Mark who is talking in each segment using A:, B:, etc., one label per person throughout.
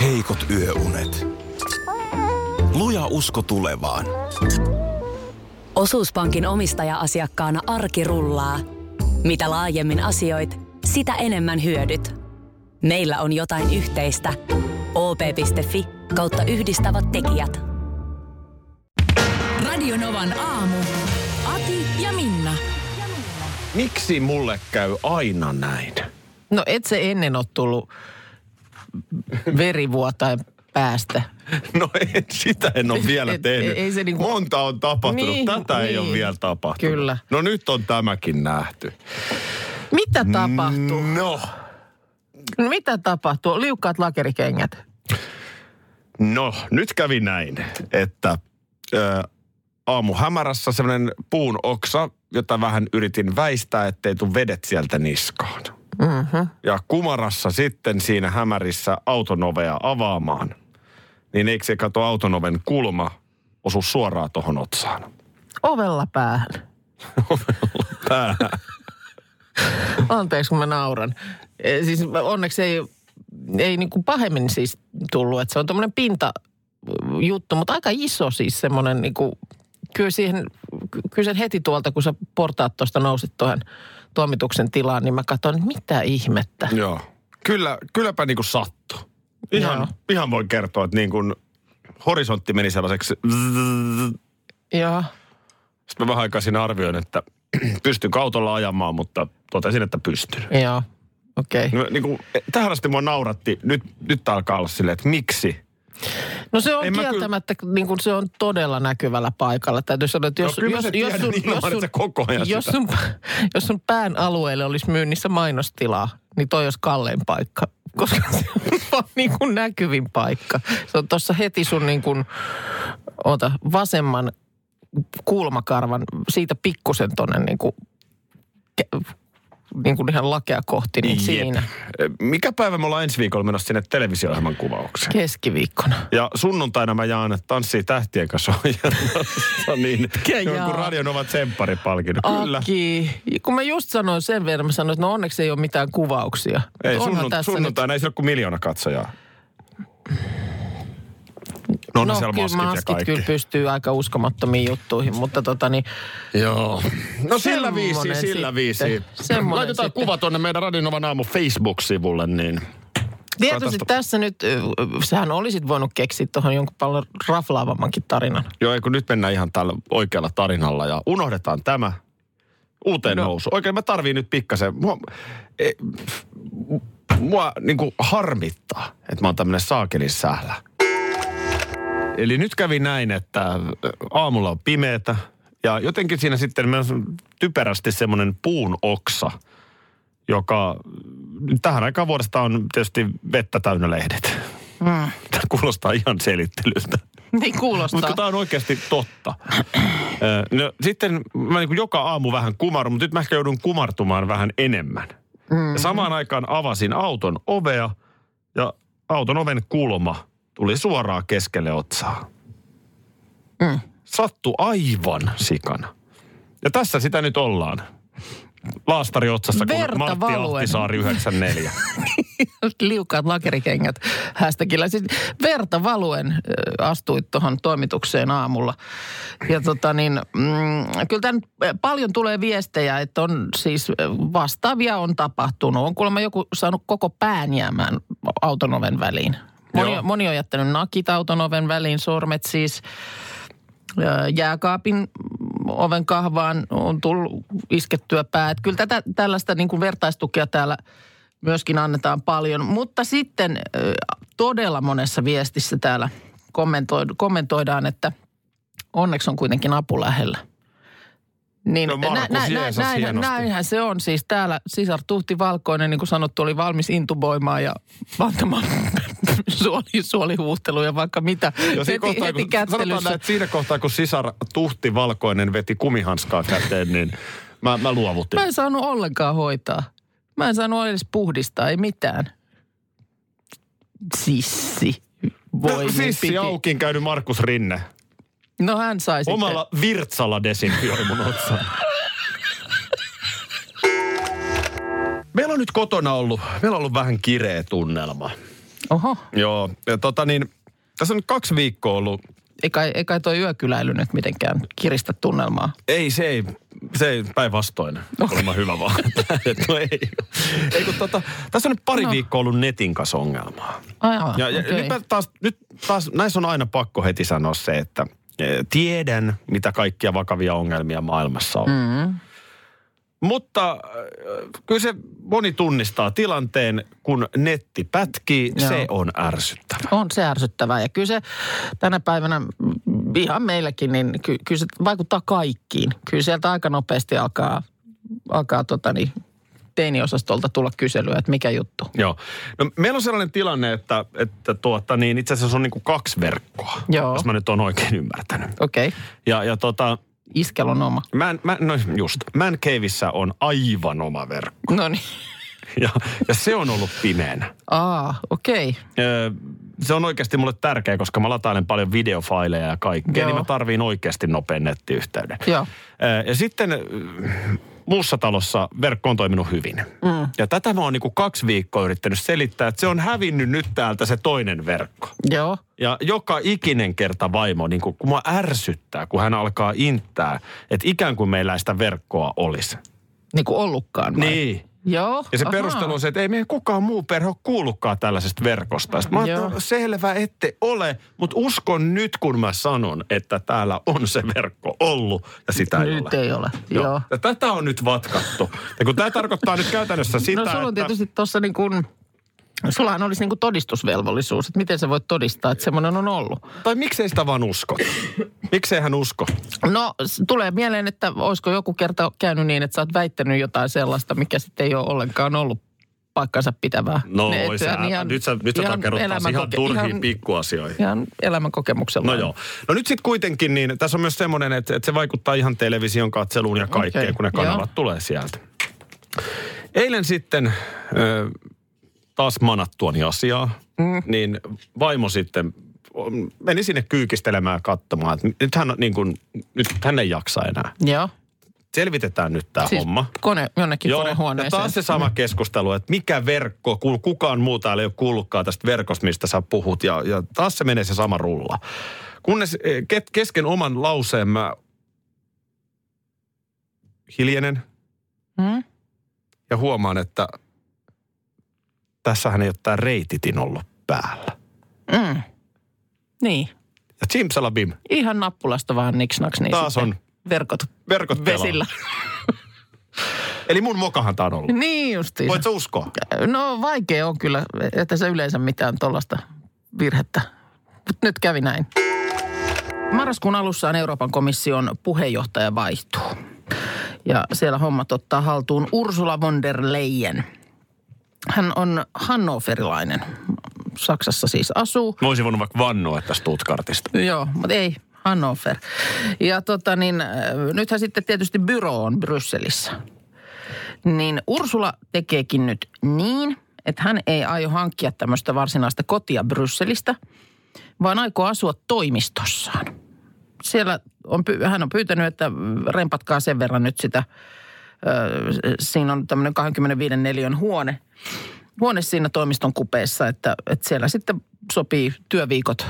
A: heikot yöunet. Luja usko tulevaan.
B: Osuuspankin omistaja-asiakkaana arki rullaa. Mitä laajemmin asioit, sitä enemmän hyödyt. Meillä on jotain yhteistä. op.fi kautta yhdistävät tekijät.
C: Radionovan aamu. Ati ja Minna.
D: Miksi mulle käy aina näin?
E: No et se ennen ole tullut verivuotain päästä.
D: No en, sitä en ole vielä
E: Et-
D: tehnyt.
E: ei- ei se niinku-
D: Monta on tapahtunut,
E: Niin,
D: tätä ei ole
E: niin.
D: vielä tapahtunut.
E: Kyllä.
D: No nyt on tämäkin nähty.
E: Mitä tapahtuu?
D: No,
E: Mm. Mitä tapahtuu? Liukkaat lakerikengät.
D: no nyt kävi näin, että ö, aamu hämärässä semmoinen puun oksa, jota vähän yritin väistää, ettei tuu vedet sieltä niskaan.
E: Mm-hmm.
D: Ja kumarassa sitten siinä hämärissä autonovea avaamaan, niin eikö se kato autonoven kulma osu suoraan tohon otsaan?
E: Ovella päähän.
D: Päähän.
E: Anteeksi, kun mä nauran. Eh, Siis onneksi ei, ei niin kuin pahemmin siis tullut, että se on tuommoinen pinta juttu, mutta aika iso siis semmoinen niin kuin, kyllä siihen, ky- kyllä sen heti tuolta, kun sä portaat tuosta nousit tuohon tuomituksen tilaan, niin mä katson, että mitä ihmettä.
D: Joo. Kyllä, kylläpä niin kuin sattu.
E: Joo.
D: Ihan, ihan voi kertoa, että niin kuin horisontti meni sellaiseksi. zzzz.
E: Joo.
D: Sitten mä vähän aikaa siinä arvioin, että pystyn autolla ajamaan, mutta totesin, että pystyn.
E: Joo, okei. Okay.
D: No, niin kuin, tähän asti mua nauratti. Nyt, nyt alkaa olla silleen, että miksi?
E: No se on
D: En mä kyllä-
E: kieltämättä, niin kuin se on todella näkyvällä paikalla. Täytyy sanoa, että jos,
D: No kyllä
E: jos,
D: mä sen
E: jos,
D: tiedän
E: sun,
D: ilman,
E: jos,
D: että
E: sun,
D: sä koko ajan
E: jos,
D: sitä-
E: sun, jos sun pään alueelle olisi myynnissä mainostilaa, niin toi olisi kallein paikka. Koska se on vaan niin kuin näkyvin paikka. Se on tuossa heti sun niin kuin, ota, vasemman kulmakarvan, siitä pikkusen tonne niin kuin, ke- niin kuin ihan lakea kohti, niin
D: Jep. E,
E: siinä
D: Mikä päivä me ollaan ensi viikolla menossa sinne televisio-ohjelman kuvaukseen?
E: keskiviikkona.
D: Ja sunnuntaina mä jaan Tanssii tähtien kanssa ohjelmassa, niin
E: Ketkä jaa?
D: jonkun radion ovat tsempparipalkinnon. Kyllä.
E: Aki, kun mä just sanoin sen verran, mä sanoin, että no onneksi ei ole mitään kuvauksia.
D: Ei,
E: Onhan
D: sunnun, sunnuntaina ei se ole kuin miljoona katsojaa. No,
E: nyt,
D: on
E: no
D: siellä
E: kyllä
D: maskit, ja
E: maskit
D: kaikki.
E: kyllä pystyy aika uskomattomiin juttuihin, mutta tota niin,
D: Joo. No sillä
E: Semmonen
D: viisi, sillä
E: sitten.
D: viisi.
E: Semmonen
D: Laitetaan
E: sitten.
D: kuva tuonne meidän Radinovan aamu Facebook-sivulle, niin...
E: tietysti
D: Katsotaan.
E: tässä nyt, ö, ö, sähän olisit voinut keksiä tuohon jonkun paljon raflaavammankin tarinan.
D: Joo, ei kun nyt mennään ihan tällä oikealla tarinalla ja unohdetaan tämä uuteen no. nousu. Oikein mä tarviin nyt pikkasen. Mua, e, mua niin kuin harmittaa, että mä oon tämmönen saakelin sählä. Eli nyt kävi näin, että aamulla on pimeetä ja jotenkin siinä sitten meillä on typerästi semmoinen puun oksa, joka tähän aikaan vuodesta on tietysti vettä täynnä lehdet. Mm. Tämä kuulostaa ihan selittelyltä.
E: Niin kuulostaa.
D: Mutta tämä on oikeasti totta. Ö, no, sitten mä niin joka aamu vähän kumarun, mutta nyt mä ehkä joudun kumartumaan vähän enemmän. Mm-hmm. Ja samaan aikaan avasin auton ovea ja auton oven kulma tuli suoraan keskelle otsaa.
E: Mm.
D: Sattu aivan sikana. Ja tässä sitä nyt ollaan. Laastari otsassa,
E: Verta
D: kun Martti
E: valuen.
D: Ahtisaari 94.
E: liukaat lakerikengät hästäkillä. Siis verta valuen ö, astuit tuohon toimitukseen aamulla. Ja tota niin, mm, kyllä tämän paljon tulee viestejä, että on siis ö, vastaavia on tapahtunut. On kuulemma joku saanut koko pään jäämään auton oven väliin. Moni,
D: Joo.
E: moni on jättänyt nakit auton oven väliin, sormet siis. Ö, jääkaapin oven kahvaan on tullut iskettyä päät. Kyllä tätä, tällaista niin kuin vertaistukea täällä myöskin annetaan paljon. Mutta sitten ö, todella monessa viestissä täällä kommentoi- kommentoidaan, että onneksi on kuitenkin apu lähellä. Niin,
D: No Markus Jeesus
E: näinhän,
D: hienosti.
E: näinhän se on. Siis täällä sisar Tuhti Valkoinen, niin kuin sanottu, oli valmis intuboimaan ja antamaan suoli, suolihuuhteluja vaikka mitä.
D: Ja siinä kohtaa, kun, sanotaan näin, että siinä kohtaa, kun sisar Tuhti Valkoinen veti kumihanskaa käteen, niin mä, mä luovutin.
E: Mä en saanut ollenkaan hoitaa. Mä en saanut edes puhdistaa, ei mitään. Sissi. Voi niin
D: no, sissi
E: piti.
D: aukin käynyt Markus Rinne.
E: No hän sai sitten.
D: Omalla virtsalla desinfioi mun otsan. Meillä on nyt kotona ollut, meillä on ollut vähän kireä tunnelma.
E: Oho,
D: Joo, ja tota niin, tässä on nyt kaksi viikkoa ollut.
E: eikä, eikä toi yökyläily nyt mitenkään kiristä tunnelmaa.
D: Ei, se ei, se ei päinvastoin. Okay. hyvä vaan. no ei. ei kun tota, tässä on nyt pari no. viikkoa ollut netin kanssa ongelmaa.
E: Aivan,
D: Ja, ja
E: okei.
D: nyt, mä taas, nyt taas, näissä on aina pakko heti sanoa se, että eh, tiedän, mitä kaikkia vakavia ongelmia maailmassa on. Mm.
E: Mm-hmm.
D: Mutta äh, kyllä se moni tunnistaa tilanteen, kun netti pätkii,
E: Joo.
D: se on ärsyttävä.
E: On se ärsyttävää ja kyllä se tänä päivänä mm, ihan meilläkin, niin ky, kyllä se vaikuttaa kaikkiin. Kyllä sieltä aika nopeasti alkaa, alkaa tota niin, teiniosastolta tulla kyselyä, että mikä juttu.
D: Joo. No, meillä on sellainen tilanne, että, että tuota, niin itse asiassa on niin kuin kaksi verkkoa,
E: Joo.
D: jos mä nyt on oikein ymmärtänyt.
E: Okei, okay.
D: Ja, ja tota,
E: iskel on oma.
D: Man, man, no just, Man Caveissa on aivan oma verkko.
E: No niin,
D: Ja, ja se on ollut pimeänä.
E: aa, okei. Okay.
D: Öö, se on oikeasti mulle tärkeä, koska mä latailen paljon videofaileja ja kaikkea,
E: Joo.
D: niin mä tarviin oikeasti nopean nettiyhteyden.
E: Joo.
D: Öö, ja sitten öö, muussa talossa verkko on toiminut hyvin. Mm. Ja tätä mä oon niinku kaksi viikkoa yrittänyt selittää, että se on hävinnyt nyt täältä se toinen verkko.
E: Joo,
D: Ja joka ikinen kerta vaimo, niin kun, kun mua ärsyttää, kun hän alkaa inttää, että ikään kuin meillä ei sitä verkkoa olisi.
E: niin kuin ollutkaan vai?
D: Niin.
E: Joo.
D: Ja se
E: ahaa.
D: perustelu on se, että ei meidän kukaan muu perhe ole kuullutkaan tällaisesta verkosta. Sitten mä
E: Joo.
D: ajattelin, no selvä ette ole, mutta uskon nyt kun mä sanon, että täällä on se verkko ollut ja sitä ei
E: Nyt
D: ole.
E: ei ole, joo. joo.
D: Ja tätä on nyt vatkattu. Ja kun tämä tarkoittaa nyt käytännössä sitä,
E: No sulla on
D: että...
E: tietysti tuossa niin kuin, sullahan olisi niin kuin todistusvelvollisuus, että miten sä voit todistaa, että semmoinen on ollut.
D: Tai miksei sitä vaan usko? Miksei hän usko?
E: No s- tulee mieleen, että olisiko joku kerta käynyt niin, että sä oot väittänyt jotain sellaista, mikä sitten ei ole ollenkaan ollut paikkansa pitävää.
D: No
E: Ne, et
D: voi sä,
E: sehän ihan-
D: nyt sä, nyt sä
E: ihan
D: takerrut taas ihan
E: elämänkoke-
D: turhiin
E: ihan-
D: pikkuasioihin.
E: Ihan elämänkokemuksella.
D: No joo. No nyt sitten kuitenkin, niin tässä on myös semmoinen, että, että se vaikuttaa ihan television katseluun ja kaikkeen,
E: Okei,
D: okay. kun ne kanavat
E: joo.
D: joo. tulee sieltä. Eilen sitten ö, taas manattuani asiaa, mm. niin vaimo sitten on- meni sinne kyykistelemään ja katsomaan, että nyt hän, on niin kuin, nyt hän ei jaksa enää.
E: Joo.
D: Selvitetään nyt tämä
E: Siis
D: homma.
E: Kone, jonnekin
D: ja
E: konehuoneeseen.
D: taas se sama keskustelu, että mikä verkko, kun kukaan muu täällä ei ole kuullutkaan tästä verkosta, mistä sä puhut, ja, ja taas se menee se sama rulla. Kunnes eh, ket- kesken oman lauseen mä hiljenen
E: Hmm?
D: ja huomaan, että tässähän ei ole tämä reititin ollut päällä.
E: Mm. Niin.
D: Ja tsimsalabim,
E: Ihan nappulasta vähän niksnaks. Niin
D: Taas
E: sitten
D: on.
E: Verkot
D: verkot pelaa.
E: vesillä.
D: Eli mun mokahan tää on ollut.
E: niin justiin.
D: Voit sä uskoa?
E: No vaikea on kyllä, että se yleensä mitään tuollaista virhettä. Mut nyt kävi näin. Marraskuun alussa on Euroopan komission puheenjohtaja vaihtuu. Ja siellä hommat ottaa haltuun Ursula von der Leyen. Hän on hannoverilainen. Saksassa siis asuu.
D: Mä olisin voinut vaikka vannoa tästä Stuttgartista.
E: Joo, mutta ei, Hannover. Ja tota niin, äh, nythän sitten tietysti byro on Brysselissä. Niin Ursula tekeekin nyt niin, että hän ei aio hankkia tämmöistä varsinaista kotia Brysselistä, vaan aikoo asua toimistossaan. Siellä on, py- hän on pyytänyt, että mm, rempatkaa sen verran nyt sitä. ö, s- Siinä on tämmöinen 25 neliön huone, huone siinä toimiston kupeessa, että, että siellä sitten sopii työviikot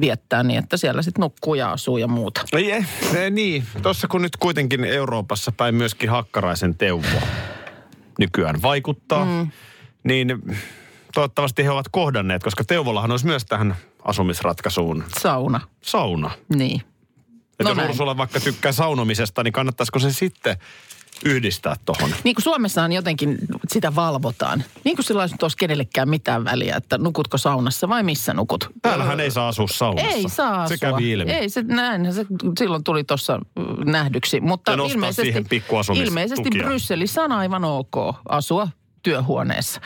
E: viettää niin, että siellä sitten nukkuu ja asuu ja muuta.
D: No je, ne, niin. Tuossa kun nyt kuitenkin Euroopassa päin myöskin hakkaraisen teuvo nykyään vaikuttaa, mm. niin toivottavasti he ovat kohdanneet, koska teuvollahan olisi myös tähän asumisratkaisuun
E: Sauna,
D: sauna.
E: niin.
D: Että
E: No
D: no jos
E: näin.
D: Ursula vaikka tykkää saunomisesta, niin kannattaisiko se sitten yhdistää tuohon?
E: Niin kuin Suomessahan jotenkin sitä valvotaan. Niin kuin sillä olisi nyt olisi kenellekään mitään väliä, että nukutko saunassa vai missä nukut.
D: Täällähän ei saa asua saunassa.
E: Ei saa
D: Se
E: asua.
D: kävi ilmi.
E: Ei, se, näinhän se silloin tuli tuossa mm, nähdyksi. Mutta
D: Ja nostaa
E: ilmeisesti,
D: siihen pikku asumistukia.
E: ilmeisesti Brysselissä on aivan ok asua työhuoneessa.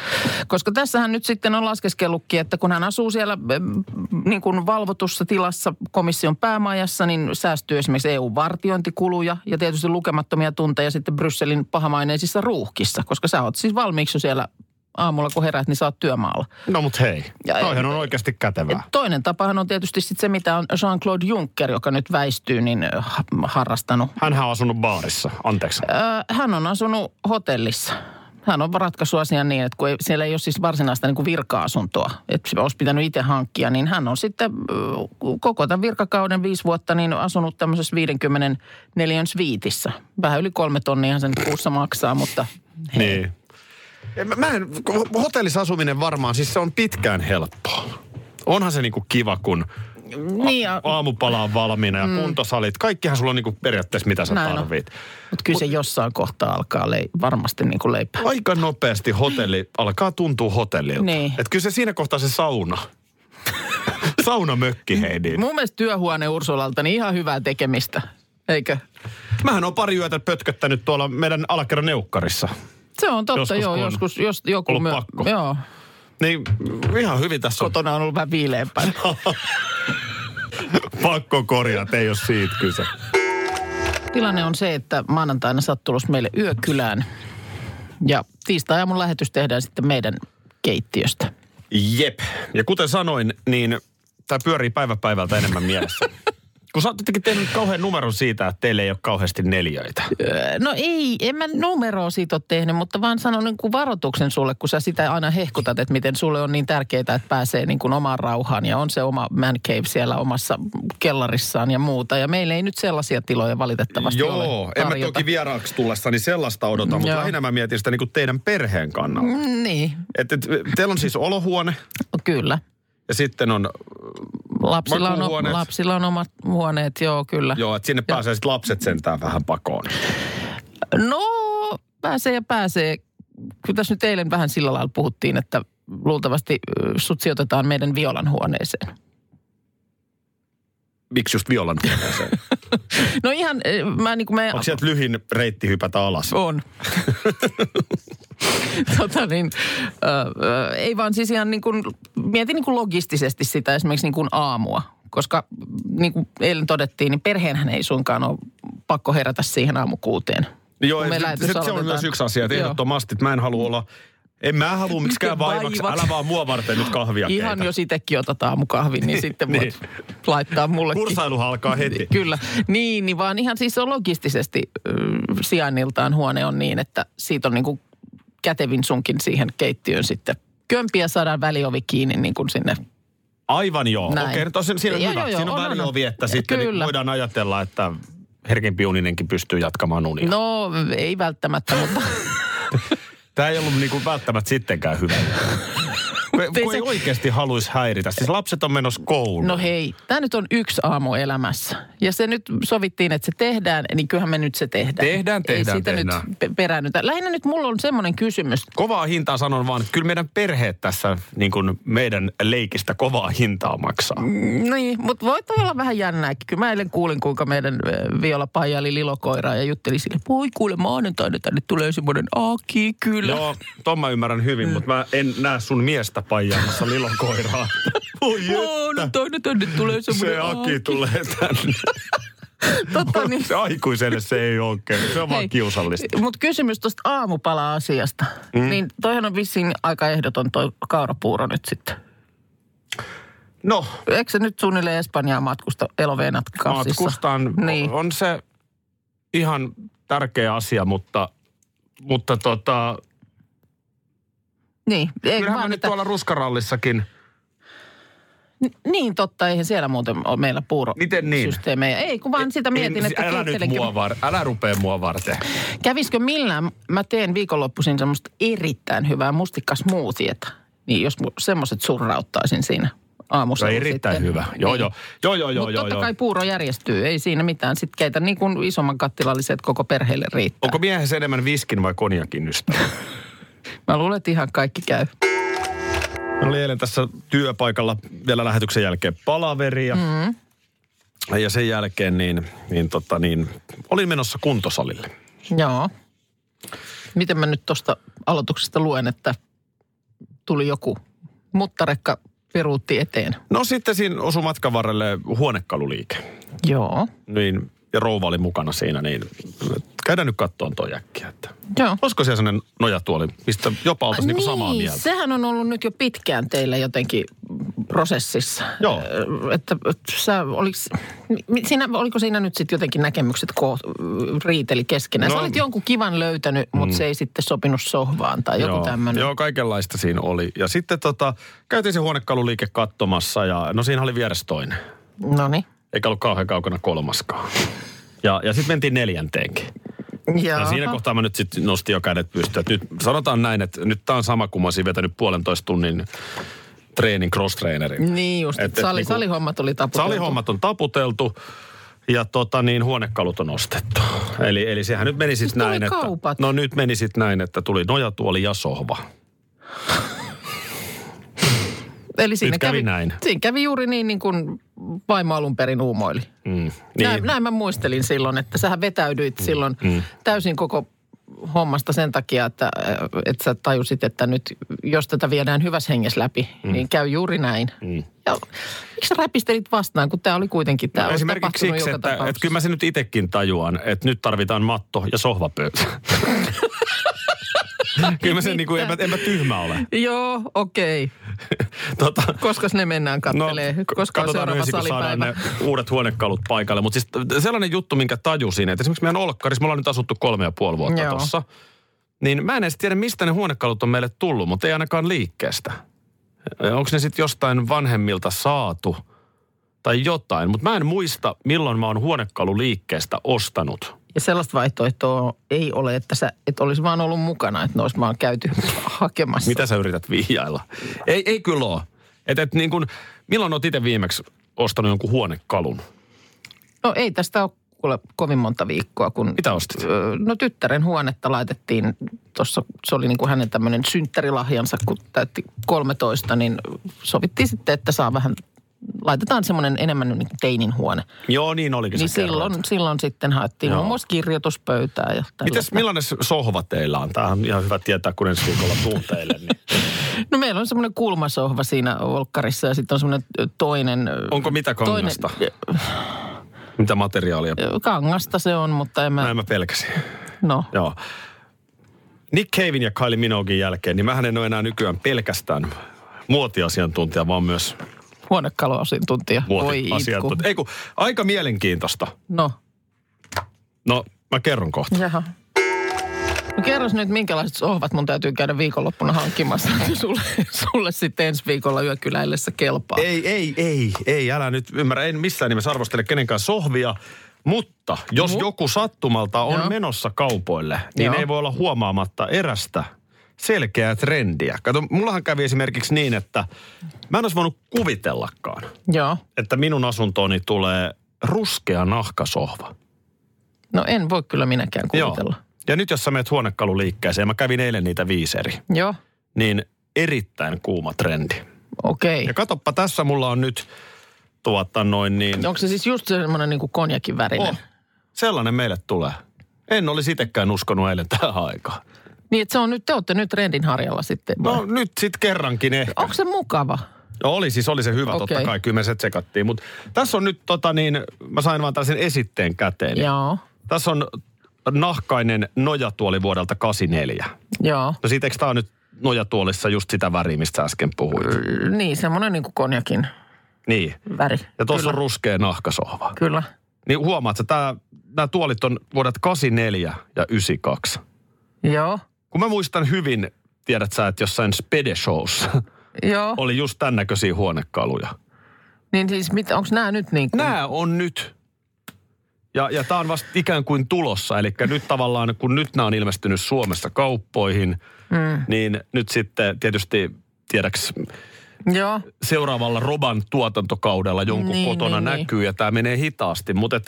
E: Koska tässähän nyt sitten on laskeskellutkin, että kun hän asuu siellä mm, niin kuin valvotussa tilassa komission päämajassa, niin säästyy esimerkiksi EU-vartiointikuluja ja tietysti lukemattomia tunteja sitten Brysselin pahamaineisissa ruuhkissa, koska sä oot siis valmiiksi jo siellä aamulla, kun heräät, niin sä oot työmaalla.
D: No mut hei,
E: Ja
D: toihan on oikeasti kätevää.
E: Et Toinen tapahan on tietysti sit se, mitä on Jean-Claude Juncker, joka nyt väistyy, niin ö, ha- harrastanut.
D: Hänhän on asunut baarissa, anteeksi.
E: Ö, Hän on asunut hotellissa. hän on ratkaissut asian niin, että kun ei, siellä ei ole siis varsinaista niin kuin virka-asuntoa, että se olisi pitänyt itse hankkia, niin hän on sitten ö, koko tämän virkakauden viisi vuotta niin asunut tämmöisessä 54 viitissä. Vähän yli kolme tonnia sen kuussa maksaa, mutta
D: Niin. En- Mä en, hotellissa asuminen varmaan, siis se on pitkään helppoa. Onhan se niinku kiva, kun
E: niin ja,
D: aamupala on valmiina ja kuntosalit. Kaikkihan sulla on niinku periaatteessa, mitä sä
E: Mm. Näin on.
D: tarvit.
E: mutta kyllä se jossain kohtaa alkaa lei, varmasti niin kuin leipää.
D: Aika nopeasti hotelli alkaa tuntua hotellilta.
E: Niin.
D: Et kyllä se siinä kohtaa se sauna. Saunamökki, niin. Heidi.
E: Mun mielestä työhuone Ursulalta niin ihan hyvää tekemistä, eikö?
D: Mähän on pari yötä pötköttänyt tuolla meidän alakerran neukkarissa.
E: Se on totta,
D: Joskus,
E: joskus joo,
D: kun on
E: joskus, jos joku
D: ollut pakko.
E: joo,
D: Niin ihan hyvin tässä on
E: kotona on ollut vähän viileämpää.
D: pakko korjata, ei ole siitä kyse.
E: Tilanne on se, että maanantaina sä oot tulossa meille yökylään. Ja tiistai aamun lähetys tehdään sitten meidän keittiöstä.
D: Jep. Ja kuten sanoin, niin tämä pyörii päivä päivältä enemmän mielessä. Kun sä oot jotenkin tehnyt kauhean numeron siitä, että teillä ei ole kauheasti neljöitä.
E: Öö, No ei, en mä numeroa siitä ole tehnyt, mutta vaan sanon niin kuin varoituksen sulle, kun sä sitä aina hehkutat, että miten sulle on niin tärkeää, että pääsee niin kuin omaan rauhaan ja on se oma man cave siellä omassa kellarissaan ja muuta. Ja meillä ei nyt sellaisia tiloja valitettavasti ole
D: en mä
E: tarjota.
D: toki vieraaksi tullessani sellaista odota, mutta
E: Joo.
D: lähinnä mä mietin sitä niin teidän perheen kannalta.
E: Mm, Niin, no
D: Et, et, teillä on siis olohuone
E: kyllä.
D: ja sitten on,
E: Lapsilla on,
D: Makuuhuoneet.
E: lapsilla on omat huoneet, Äh. joo kyllä.
D: joo, että sinne pääsee sitten lapset sentään vähän pakoon.
E: No, pääsee ja pääsee. Kyllä tässä nyt eilen vähän sillä lailla puhuttiin, että luultavasti ö, sut sijoitetaan meidän violan huoneeseen.
D: Miksi just violan
E: No ihan, ö, mä niin kuin me...
D: Onko sieltä lyhin reitti hypätä alas?
E: On. tota niin, ö, ö, ei vaan siis ihan niin kuin, mietin niin kuin logistisesti sitä esimerkiksi niin kuin aamua. Koska niin kuin eilen todettiin, niin perheenhän ei suinkaan ole pakko herätä siihen aamukuuteen.
D: Joo,
E: kun me
D: se-
E: lähetys
D: se, se on
E: aloitetaan.
D: myös yksi asia, että
E: Joo.
D: ehdottomasti, että mä en halua olla, en mä halua miksikään vaivaksi,
E: Vaivaksi.
D: älä vaan mua varten nyt kahvia
E: Ihan
D: keitä.
E: jos itsekin otat aamukahvin, niin sitten voit laittaa mullekin.
D: Kursailu alkaa heti.
E: Kyllä. Niin, niin vaan ihan siis on logistisesti äh, sijainniltaan huone on niin, että siitä on niin kuin kätevin sunkin siihen keittiöön sitten. Kömpiä saadaan väliovi kiinni niin kuin sinne.
D: Aivan joo.
E: Näin.
D: Okei, nyt on se- siinä on
E: Joo,
D: hyvä.
E: joo, joo,
D: Siinä on
E: on, on.
D: väliovi, että sitten niin
E: Kyllä.
D: voidaan ajatella, että herkempi uninenkin pystyy jatkamaan unia.
E: No ei välttämättä, mutta
D: Tämä ei ollut niinku välttämättä sittenkään hyvä.
E: ei
D: kun ei
E: se-
D: oikeasti haluaisi häiritä. Siis lapset on menossa kouluun.
E: no hei, tämä nyt on yksi aamu elämässä. Ja se nyt sovittiin, että se tehdään, niin kyllähän me nyt se tehdään.
D: Tehdään, tehdään,
E: Ei sitä
D: tehdään.
E: nyt pe- peräännytä. Lähinnä nyt mulla on semmoinen kysymys,
D: Kovaa hintaa sanon vaan, että kyllä meidän perheet tässä niin kuin meidän leikistä kovaa hintaa maksaa.
E: Niin, mutta voi toi olla vähän jännääkin. Kyllä mä eilen kuulin, kuinka meidän ö, Viola paijaili lilokoiraa ja jutteli sille, voi kuule maanantaina tänne tulee semmoinen aki kyllä.
D: Joo, ton mä ymmärrän hyvin, mutta mä en näe sun miestä paijaamassa lilokoiraa. Voi että,
E: Maanantaina tänne tulee
D: se
E: semmoinen
D: Aki tulee tänne.
E: Totta niin.
D: Se aikuiselle se ei ole oikein. Se on vaan kiusallista.
E: Mutta kysymys tuosta aamupala-asiasta. Mm. Niin toihan on vissiin aika ehdoton toi kaurapuuro nyt sitten.
D: No,
E: Eikö se nyt suunnilleen Espanjaa matkusta eloveenat kassissa?
D: matkustan.
E: Niin.
D: Niin. On se ihan tärkeä asia, mutta, mutta tota,
E: Niin, ei
D: kyllähän
E: vaan
D: mä nyt
E: että,
D: tuolla ruskarallissakin.
E: niin totta, eihän siellä muuten ole meillä puuro
D: Miten niin?
E: systeemejä. Ei, kun vaan sitä mietin,
D: En-
E: että
D: älä nyt
E: keittelenkö-
D: mua var, älä rupea mua varten.
E: Kävisikö millään, mä teen viikonloppuisin semmoista erittäin hyvää mustikkasmuutieta, niin jos mu- semmoiset surrauttaisin siinä aamussa. niin
D: Se on erittäin hyvä. Joo, joo. Joo, joo, joo,
E: Mutta
D: joo.
E: totta
D: joo.
E: kai puuro järjestyy, ei siinä mitään. Sitten keitä niin kuin isomman kattilalliset koko perheelle riittää.
D: Onko miehessä enemmän viskin vai konjakin ystävä?
E: Mä luulen, että ihan kaikki käy.
D: Mä olin eilen tässä työpaikalla vielä lähetyksen jälkeen palaveria. Mm. Ja sen jälkeen niin, niin, tota niin, olin menossa kuntosalille.
E: Joo. Miten mä nyt tuosta aloituksesta luen, että tuli joku muttarekka peruutti eteen.
D: No sitten siinä osui matkan varrelle huonekaluliike.
E: Joo.
D: Niin, ja rouva oli mukana siinä, niin käydään nyt kattoon toi äkkiä. Että.
E: Joo.
D: Olisiko siellä sellainen nojatuoli, mistä jopa oltaisiin niinku samaa
E: Niin,
D: mieltä?
E: sehän on ollut nyt jo pitkään teillä jotenkin mm, prosessissa.
D: Joo.
E: Ö, Että, että sä, oliks, mi- siinä, oliko siinä nyt sitten jotenkin näkemykset ko, riiteli keskenään? No.
D: No-
E: Sä olit jonkun kivan löytänyt, mutta mm. se ei sitten sopinut sohvaan tai joku
D: Joo,
E: tämmöinen.
D: Joo, kaikenlaista siinä oli. Ja sitten tota, käytiin se huonekaluliike katsomassa ja no siinä oli vieressä toinen.
E: No niin.
D: Eikä ollut kauhean kaukana kolmaskaan. Ja, ja sitten mentiin neljänteenkin. Ja siinä kohtaa mä nyt sitten nostin jo kädet pystyyn. että Nyt sanotaan näin, että nyt tää on sama, kun mä olisin vetänyt puolentoista tunnin treenin cross-trainerin.
E: Niin just,
D: Et-
E: et,
D: et
E: sali,
D: niinku-
E: salihommat oli taputeltu.
D: Salihommat on taputeltu ja tota niin, huonekalut on ostettu. Eli, eli sehän nyt meni sitten
E: Nyt tuli
D: näin, että...
E: kaupat.
D: No nyt meni sitten näin, että tuli nojatuoli ja sohva.
E: Eli siinä
D: Nyt kävi näin.
E: Siinä kävi juuri niin, niin kuin vaimo alun perin uumoili. Niin.
D: Mm,
E: Näin, näin mä muistelin silloin, että sähän vetäydyit silloin mm. täysin koko hommasta sen takia, että, että sä tajusit, että nyt jos tätä viedään hyvässä hengessä läpi, mm. niin käy juuri näin. Mm. Ja miksi sä räpistelit vastaan, kun tämä oli kuitenkin tämä.
D: No esimerkiksi siksi, että, että kyllä mä sen nyt itsekin tajuan, että nyt tarvitaan matto ja sohvapöytä. kyllä mä sen niin kuin, en, mä, en mä tyhmä ole.
E: Joo, okei. Okay.
D: Tota,
E: Koska ne mennään kattelee, no,
D: k-
E: koska on
D: katsotaan
E: seuraava
D: yhdessä, kun saadaan
E: salipäivä.
D: ne uudet huonekalut paikalle. Mutta siis t- sellainen juttu, minkä tajusin, että esimerkiksi meidän Olkkarissa, me ollaan nyt asuttu kolme ja puoli vuotta
E: Joo.
D: tuossa. Niin mä en edes tiedä, mistä ne huonekalut on meille tullut, mutta ei ainakaan liikkeestä. Onko ne sitten jostain vanhemmilta saatu tai jotain. Mutta mä en muista, milloin mä oon huonekaluliikkeestä ostanut.
E: Ja sellaista vaihtoehtoa ei ole, että sä et olisi vaan ollut mukana, että ne olisi vaan käyty hakemassa.
D: Mitä sä yrität vihjailla? Ei, ei kyllä ole. Et, et niin kun, milloin oot itse viimeksi ostanut jonkun huonekalun?
E: No ei tästä ole kuule kovin monta viikkoa, kun...
D: Mitä ostit?
E: Öö, No tyttären huonetta laitettiin tuossa, se oli niin kuin hänen tämmöinen synttärilahjansa, kun täytti 13, niin sovittiin sitten, että saa vähän, laitetaan semmoinen enemmän niin kuin teinin huone.
D: Joo, niin olikin
E: Niin
D: sä kerroit.
E: silloin, silloin sitten haettiin
D: Joo.
E: muun muassa kirjoituspöytää ja
D: Mites,
E: tällaista.
D: millainen sohva teillä on? Tämähän on ihan hyvä tietää, kun ensi viikolla tuun teille. Niin.
E: No meillä on semmoinen kulmasohva siinä olkkarissa ja sitten on semmoinen toinen... ö,
D: Onko mitä kangasta? Mitä materiaalia?
E: Ö, Kangasta se on, mutta en mä...
D: Näin mä pelkäsin.
E: No,
D: Joo. Nick Cavein ja Kylie Minogin jälkeen, niin mähän en ole enää nykyään pelkästään muotiasiantuntija, vaan myös
E: huonekaluasintuntija. Voi itku.
D: muotiasiantuntija. Ei kun, aika mielenkiintoista.
E: No,
D: No, mä kerron kohta.
E: jaha. No kerros nyt, minkälaiset sohvat mun täytyy käydä viikonloppuna hankkimassa. sulle, sulle sitten ensi viikolla yökyläillessä kelpaa.
D: Ei, ei, ei, ei, älä nyt ymmärrä. En missään nimessä arvostele kenenkään sohvia. Mutta jos
E: Mut.
D: joku sattumalta on
E: Joo.
D: menossa kaupoille, niin
E: Joo.
D: ei voi olla huomaamatta erästä selkeää trendiä. Kato, mullahan kävi esimerkiksi niin, että mä en olisi voinut kuvitellakaan,
E: Joo.
D: että minun asuntooni tulee ruskea nahkasohva.
E: No en voi kyllä minäkään kuvitella.
D: Joo. Ja nyt jos sä menet huonekaluliikkeeseen, mä kävin eilen niitä viisi eri,
E: Joo. Joo.
D: niin erittäin kuuma trendi.
E: Okei.
D: Ja katoppa tässä mulla on nyt tuota noin niin...
E: Onko se siis just semmoinen niin konjakin värinen?
D: Oh, sellainen meille tulee. En olisi itsekään uskonut eilen tähän aikaan.
E: Niin, että se on nyt, te olette nyt trendin harjalla sitten.
D: No nyt sitten kerrankin ehkä.
E: Onko se mukava?
D: No, oli siis, oli se hyvä okay. totta
E: Okei.
D: kai, kyllä me se tsekattiin. Mutta tässä on nyt tota niin, mä sain vaan tällaisen esitteen käteen.
E: Joo.
D: Tässä on nahkainen nojatuoli vuodelta 84.
E: Joo.
D: No siitä eikö tää on nyt nojatuolissa just sitä väriä, mistä sä äsken puhuit?
E: Niin, semmoinen niin kuin konjakin
D: Niin.
E: väri.
D: Ja tuossa
E: kyllä,
D: on ruskea nahkasohva.
E: kyllä.
D: Niin huomaat, että nämä tuolit on vuodet 84 ja 92.
E: Joo.
D: Kun mä muistan hyvin, tiedät sä, että jossain spedeshowssa
E: Joo.
D: oli just tämän näköisiä huonekaluja.
E: Niin siis onko nämä nyt niin kuin...
D: Nämä on nyt. Ja, ja tämä on vasta ikään kuin tulossa. Eli nyt tavallaan, kun nyt nämä on ilmestynyt Suomessa kauppoihin, mm. niin nyt sitten tietysti tiedäks
E: Joo.
D: seuraavalla Roban tuotantokaudella jonkun
E: Niin,
D: niin, kotona
E: niin,
D: niin,
E: niin.
D: näkyy ja tämä menee hitaasti. Mutta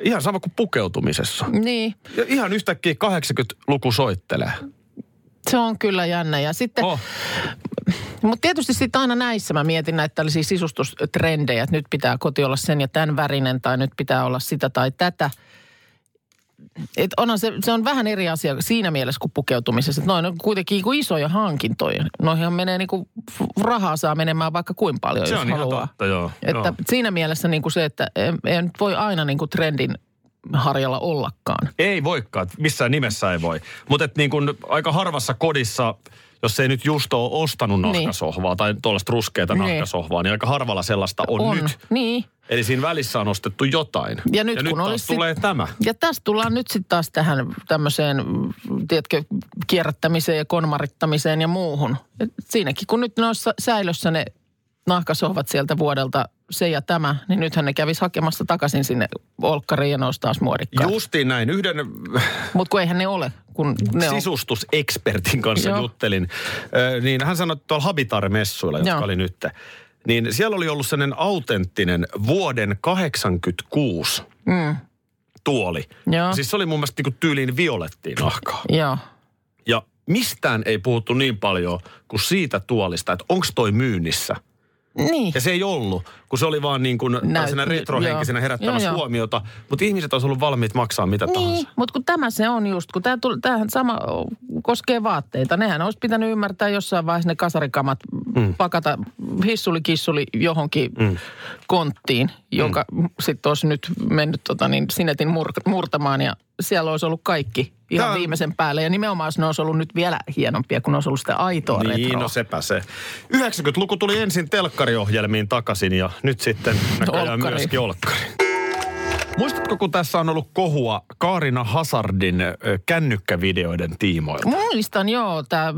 D: ihan sama kuin pukeutumisessa.
E: Niin,
D: Ja ihan yhtäkkiä 80-luku soittelee.
E: se on kyllä jännä. Ja sitten, oh.
D: Oh.
E: mutta tietysti sitten aina näissä mä mietin näitä tällaisia sisustustrendejä, että nyt pitää koti olla sen ja tämän värinen tai nyt pitää olla sitä tai tätä. Et onhan se, se on vähän eri asia siinä mielessä kuin pukeutumisessa. Että noin on kuitenkin niinku isoja hankintoja. Noihin menee niinku, rahaa saa menemään vaikka kuin paljon, jos haluaa.
D: joo.
E: Että no. siinä mielessä niin kuin se, että en, en nyt voi aina niin kuin trendin harjalla ollakaan.
D: Ei voikaan, missään nimessä ei voi. Mutta niin kun aika harvassa kodissa jos ei nyt just ole ostanut
E: Niin.
D: nahkasohvaa niin. tai tuollaista ruskeata
E: Niin.
D: nahkasohvaa, niin aika harvalla sellaista on, on. nyt.
E: Niin.
D: Eli siinä välissä on ostettu jotain.
E: Ja nyt
D: ja
E: kun
D: nyt
E: olisi
D: taas
E: sit-
D: tulee tämä.
E: Ja tässä tullaan nyt sitten taas tähän tämmöiseen, mm, tiedätkö, kierrättämiseen ja konmarittamiseen ja muuhun. Et siinäkin, kun nyt noissa säilössä ne nahkasohvat sieltä vuodelta se ja tämä, niin nythän ne kävis hakemassa takaisin sinne olkkariin ja nousi taas muodikkaan.
D: Justiin näin. Yhden
E: Mutta kun eihän ne ole, kun ne on.
D: sisustusekspertin kanssa
E: Joo.
D: Joo. juttelin, ö, niin hän sanoi, että tuolla Habitar-messuilla, jotka
E: Joo.
D: oli nyt, niin siellä oli ollut sellainen autenttinen vuoden 86 mm. tuoli.
E: Joo.
D: Siis se oli mun mielestä niinku tyyliin violettiin nahkaa.
E: Joo.
D: Ja mistään ei puhuttu niin paljon kuin siitä tuolista, että onko toi myynnissä.
E: Niin.
D: Ja se ei ollut, kun se oli vaan niin kuin tällaisena retrohenkisenä
E: joo.
D: herättämässä
E: Joo, joo.
D: huomiota, mutta ihmiset olisi ollut valmiit maksaa mitä
E: Niin,
D: tahansa.
E: mutta kun tämä se on just, kun tämä tuli, tämähän sama o, koskee vaatteita. Nehän olisi pitänyt ymmärtää jossain vaiheessa ne kasarikamat mm. pakata hissuli-kissuli johonkin mm. konttiin, jonka mm. sitten olisi nyt mennyt tota, niin sinetin mur- murtamaan ja siellä olisi ollut kaikki ihan
D: Tää-
E: viimeisen päälle. Ja nimenomaan jos ne olisi ollut nyt vielä hienompia, kun ne olisi ollut sitä aitoa
D: Niin,
E: retroa.
D: no sepä se. 90-luku tuli ensin telkkariohjelmiin takaisin ja nyt sitten näköjään
E: Olkkari.
D: myöskin olkkari. Muistatko, kun tässä on ollut kohua Kaarina Hazardin ö, kännykkävideoiden tiimoilta?
E: Muistan, joo. Tämä,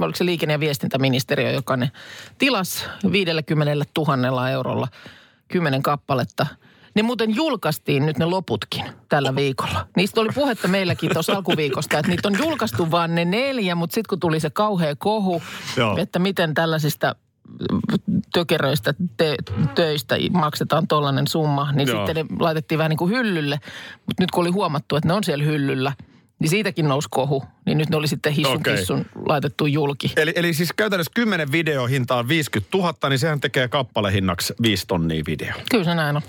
E: oliko se liikenne- ja viestintäministeriö, joka ne tilasi 50 000 eurolla kymmenen kappaletta. Ne muuten julkaistiin nyt ne loputkin tällä viikolla. Niistä oli puhetta meilläkin tuossa alkuviikosta, että niitä on julkaistu vaan ne neljä, mutta sitten kun tuli se kauhea kohu,
D: Joo.
E: että miten tällaisista tökeröistä te- töistä maksetaan tollainen summa, niin
D: Joo.
E: sitten ne laitettiin vähän niin kuin hyllylle. Mutta nyt kun oli huomattu, että ne on siellä hyllyllä, niin siitäkin nousi kohu. Niin nyt ne oli sitten hissun
D: Okei.
E: okay. kissun laitettu julki.
D: Eli, eli siis käytännössä 10 videohintaan 50 000, niin sehän tekee kappalehinnaksi 5 tonnia video.
E: Kyllä se näin on.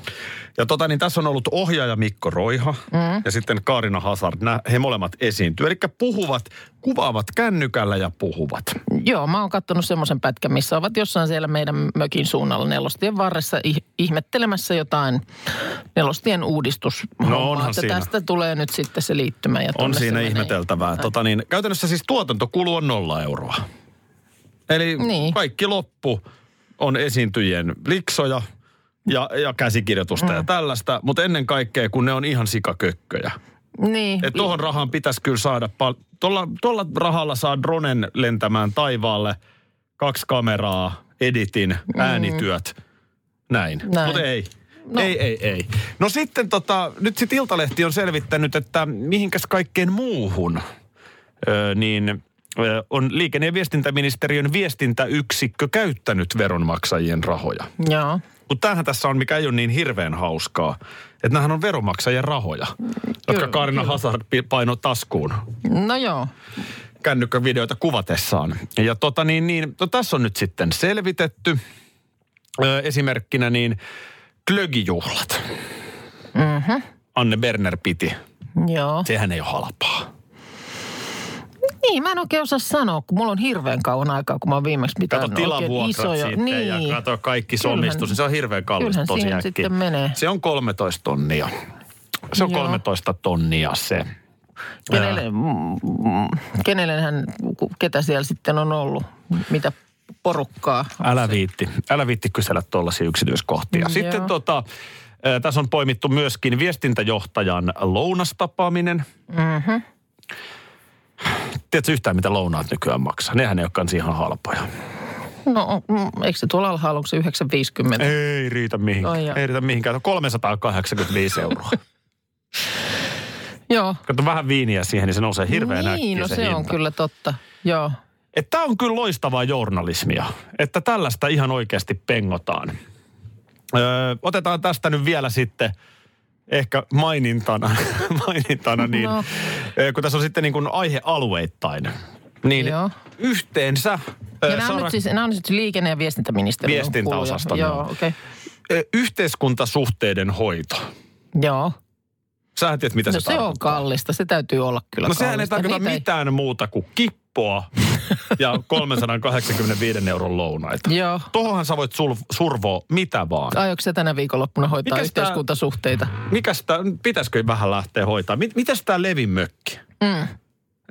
D: Ja tota, niin tässä on ollut ohjaaja Mikko Roiha mm. ja sitten Kaarina Hazard. Nä, he molemmat esiintyy. Eli puhuvat, kuvaavat kännykällä ja puhuvat.
E: Joo, mä oon katsonut semmoisen pätkän, missä ovat jossain siellä meidän mökin suunnalla nelostien varressa ih- ihmettelemässä jotain nelostien uudistus.
D: No onhan
E: että
D: siinä.
E: Tästä tulee nyt sitten se liittymä. Ja
D: On
E: tonne se
D: siinä
E: menee.
D: ihmeteltävää. Tota, niin, käytännössä siis tuotantokulu on nolla euroa. Eli
E: Niin.
D: niin. kaikki loppu on esiintyjien liksoja ja, ja käsikirjoitusta mm. ja tällaista. Mutta ennen kaikkea, kun ne on ihan sikakökköjä.
E: Niin.
D: Että tuohon rahaan pitäisi kyllä saada pal- tuolla, tuolla rahalla saa dronen lentämään taivaalle, kaksi kameraa, editin, äänityöt, näin.
E: Mm. Näin.
D: Mutta ei.
E: No.
D: No. Ei, ei, ei. No sitten tota, nyt sitten Iltalehti on selvittänyt, että mihinkäs kaikkeen muuhun, ö, niin ö, on liikenne- ja viestintäministeriön viestintäyksikkö käyttänyt veronmaksajien rahoja.
E: Joo.
D: Mutta tämähän tässä on, mikä ei ole niin hirveän hauskaa, että nämähän on veronmaksajien rahoja,
E: Mm,
D: jotka Kaarina Hazard pi- painoi taskuun
E: No joo.
D: kännykkävideoita kuvatessaan. Ja tota niin, niin no tässä on nyt sitten selvitetty ö, esimerkkinä niin klögijuhlat. Mm-hmm.
E: Mm-hmm.
D: Anne Berner piti.
E: Joo.
D: Sehän ei ole halpaa.
E: Niin, mä en oikein osaa sanoa, kun mulla on hirveän kauan aikaa, kun mä oon viimeksi
D: Kato
E: pitänyt oikein
D: tilavuokrat
E: isoja.
D: sitten
E: niin.
D: ja kato kaikki
E: Kyllähän-
D: sonnistus. niin Se on hirveän kallista
E: kyllähän
D: tosi
E: siihen
D: äkkiä.
E: sitten menee.
D: Se on 13 tonnia. Se on
E: Joo.
D: Joo. 13 tonnia se.
E: Kenelle, mm, kenelle hän, ku- ketä siellä sitten on ollut? Mitä porukkaa?
D: Älä viitti, älä viitti kysellä tuollaisia yksityiskohtia.
E: Mm,
D: Sitten
E: joo.
D: tota, ä, tässä on poimittu myöskin viestintäjohtajan lounastapaaminen. Mm-hmm. Tiedätkö yhtään, mitä lounaat nykyään maksaa? Nehän ei ole kans ihan halpoja.
E: No, mm, eikö se tuolla alhaalla, onko se 9,50?
D: Ei riitä
E: Ai joo.
D: mihinkään. Ei riitä mihinkään. Se on 385 euroa.
E: Joo.
D: Kato vähän viiniä siihen, niin se nousee Eh, hirveän
E: Niin,
D: äkkiä
E: no se,
D: hinta.
E: on kyllä totta. Joo.
D: Että tämä on kyllä loistavaa journalismia, että tällaista ihan oikeasti pengotaan. Öö, otetaan tästä nyt vielä sitten ehkä mainintana, mainintana niin,
E: No.
D: no. kun tässä on sitten niin kuin aihealueittain, niin
E: Joo.
D: Joo. yhteensä öö,
E: Ja nämä, on
D: Sara,
E: nyt
D: siis...
E: siis, nämä on nyt siis liikenne- ja viestintäministeriön
D: Viestintäosaston,
E: kuluja. Joo,
D: joo.
E: okei.
D: yhteiskuntasuhteiden hoito.
E: Joo.
D: Sähän tiedät, mitä
E: No
D: se,
E: se on
D: tarkoittaa.
E: kallista, se täytyy olla kyllä
D: No
E: kallista.
D: sehän ei tarkoita
E: Niitä ei-
D: mitään muuta kuin kippoa ja 385 euron lounaita.
E: Joo.
D: Tohonhan sä voit sul- survoa mitä vaan.
E: Aiotko sä tänä viikonloppuna hoitaa
D: Mikäs tää-
E: yhteiskuntasuhteita?
D: Mikäs tää, pitäisikö vähän lähteä hoitaa? Mit, mitäs tämä Levin mökki? Mm.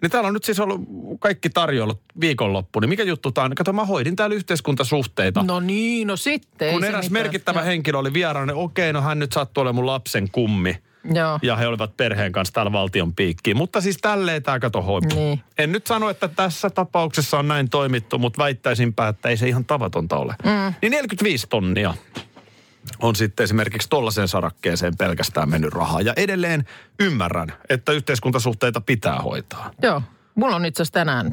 D: Niin täällä on nyt siis ollut kaikki tarjoilut viikonloppu. Niin mikä juttu tämä on? Kato, mä hoidin täällä yhteiskuntasuhteita.
E: No niin, no sitten. ei
D: kun
E: se
D: eräs
E: mitään.
D: merkittävä henkilö oli vieraana, niin okei, no hän nyt sattuu olemaan mun lapsen kummi.
E: Joo.
D: Ja he olivat perheen kanssa täällä valtion piikkiin. Mutta siis tälleen tämä kato hoipu.
E: Niin.
D: En nyt sano, että tässä tapauksessa on näin toimittu, mutta väittäisinpä, että ei se ihan tavatonta ole. Mm. Niin 45 tonnia on sitten esimerkiksi tollaiseen sarakkeeseen pelkästään mennyt rahaa. Ja edelleen ymmärrän, että yhteiskuntasuhteita pitää hoitaa.
E: Joo. Mulla on itse asiassa tänään,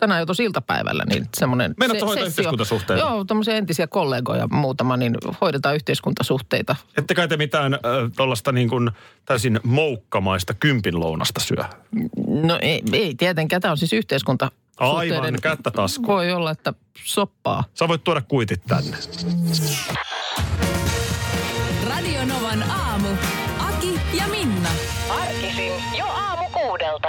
E: tänään jo tuossa iltapäivällä, niin semmoinen
D: Meinaatko hoitaa yhteiskuntasuhteita?
E: Joo, tämmöisiä entisiä kollegoja muutama, niin hoidetaan yhteiskuntasuhteita.
D: Ette kai te mitään äh, tuollaista niin kuin täysin moukkamaista kympin lounasta syö.
E: No ei, ei tietenkään, tämä on siis yhteiskunta.
D: Aivan, kättä taskuun.
E: Voi olla, että soppaa.
D: Sä voit tuoda kuitit tänne.
C: Radio Novan aamu. Aki ja Minna.
F: Arkisin jo aamu kuudelta.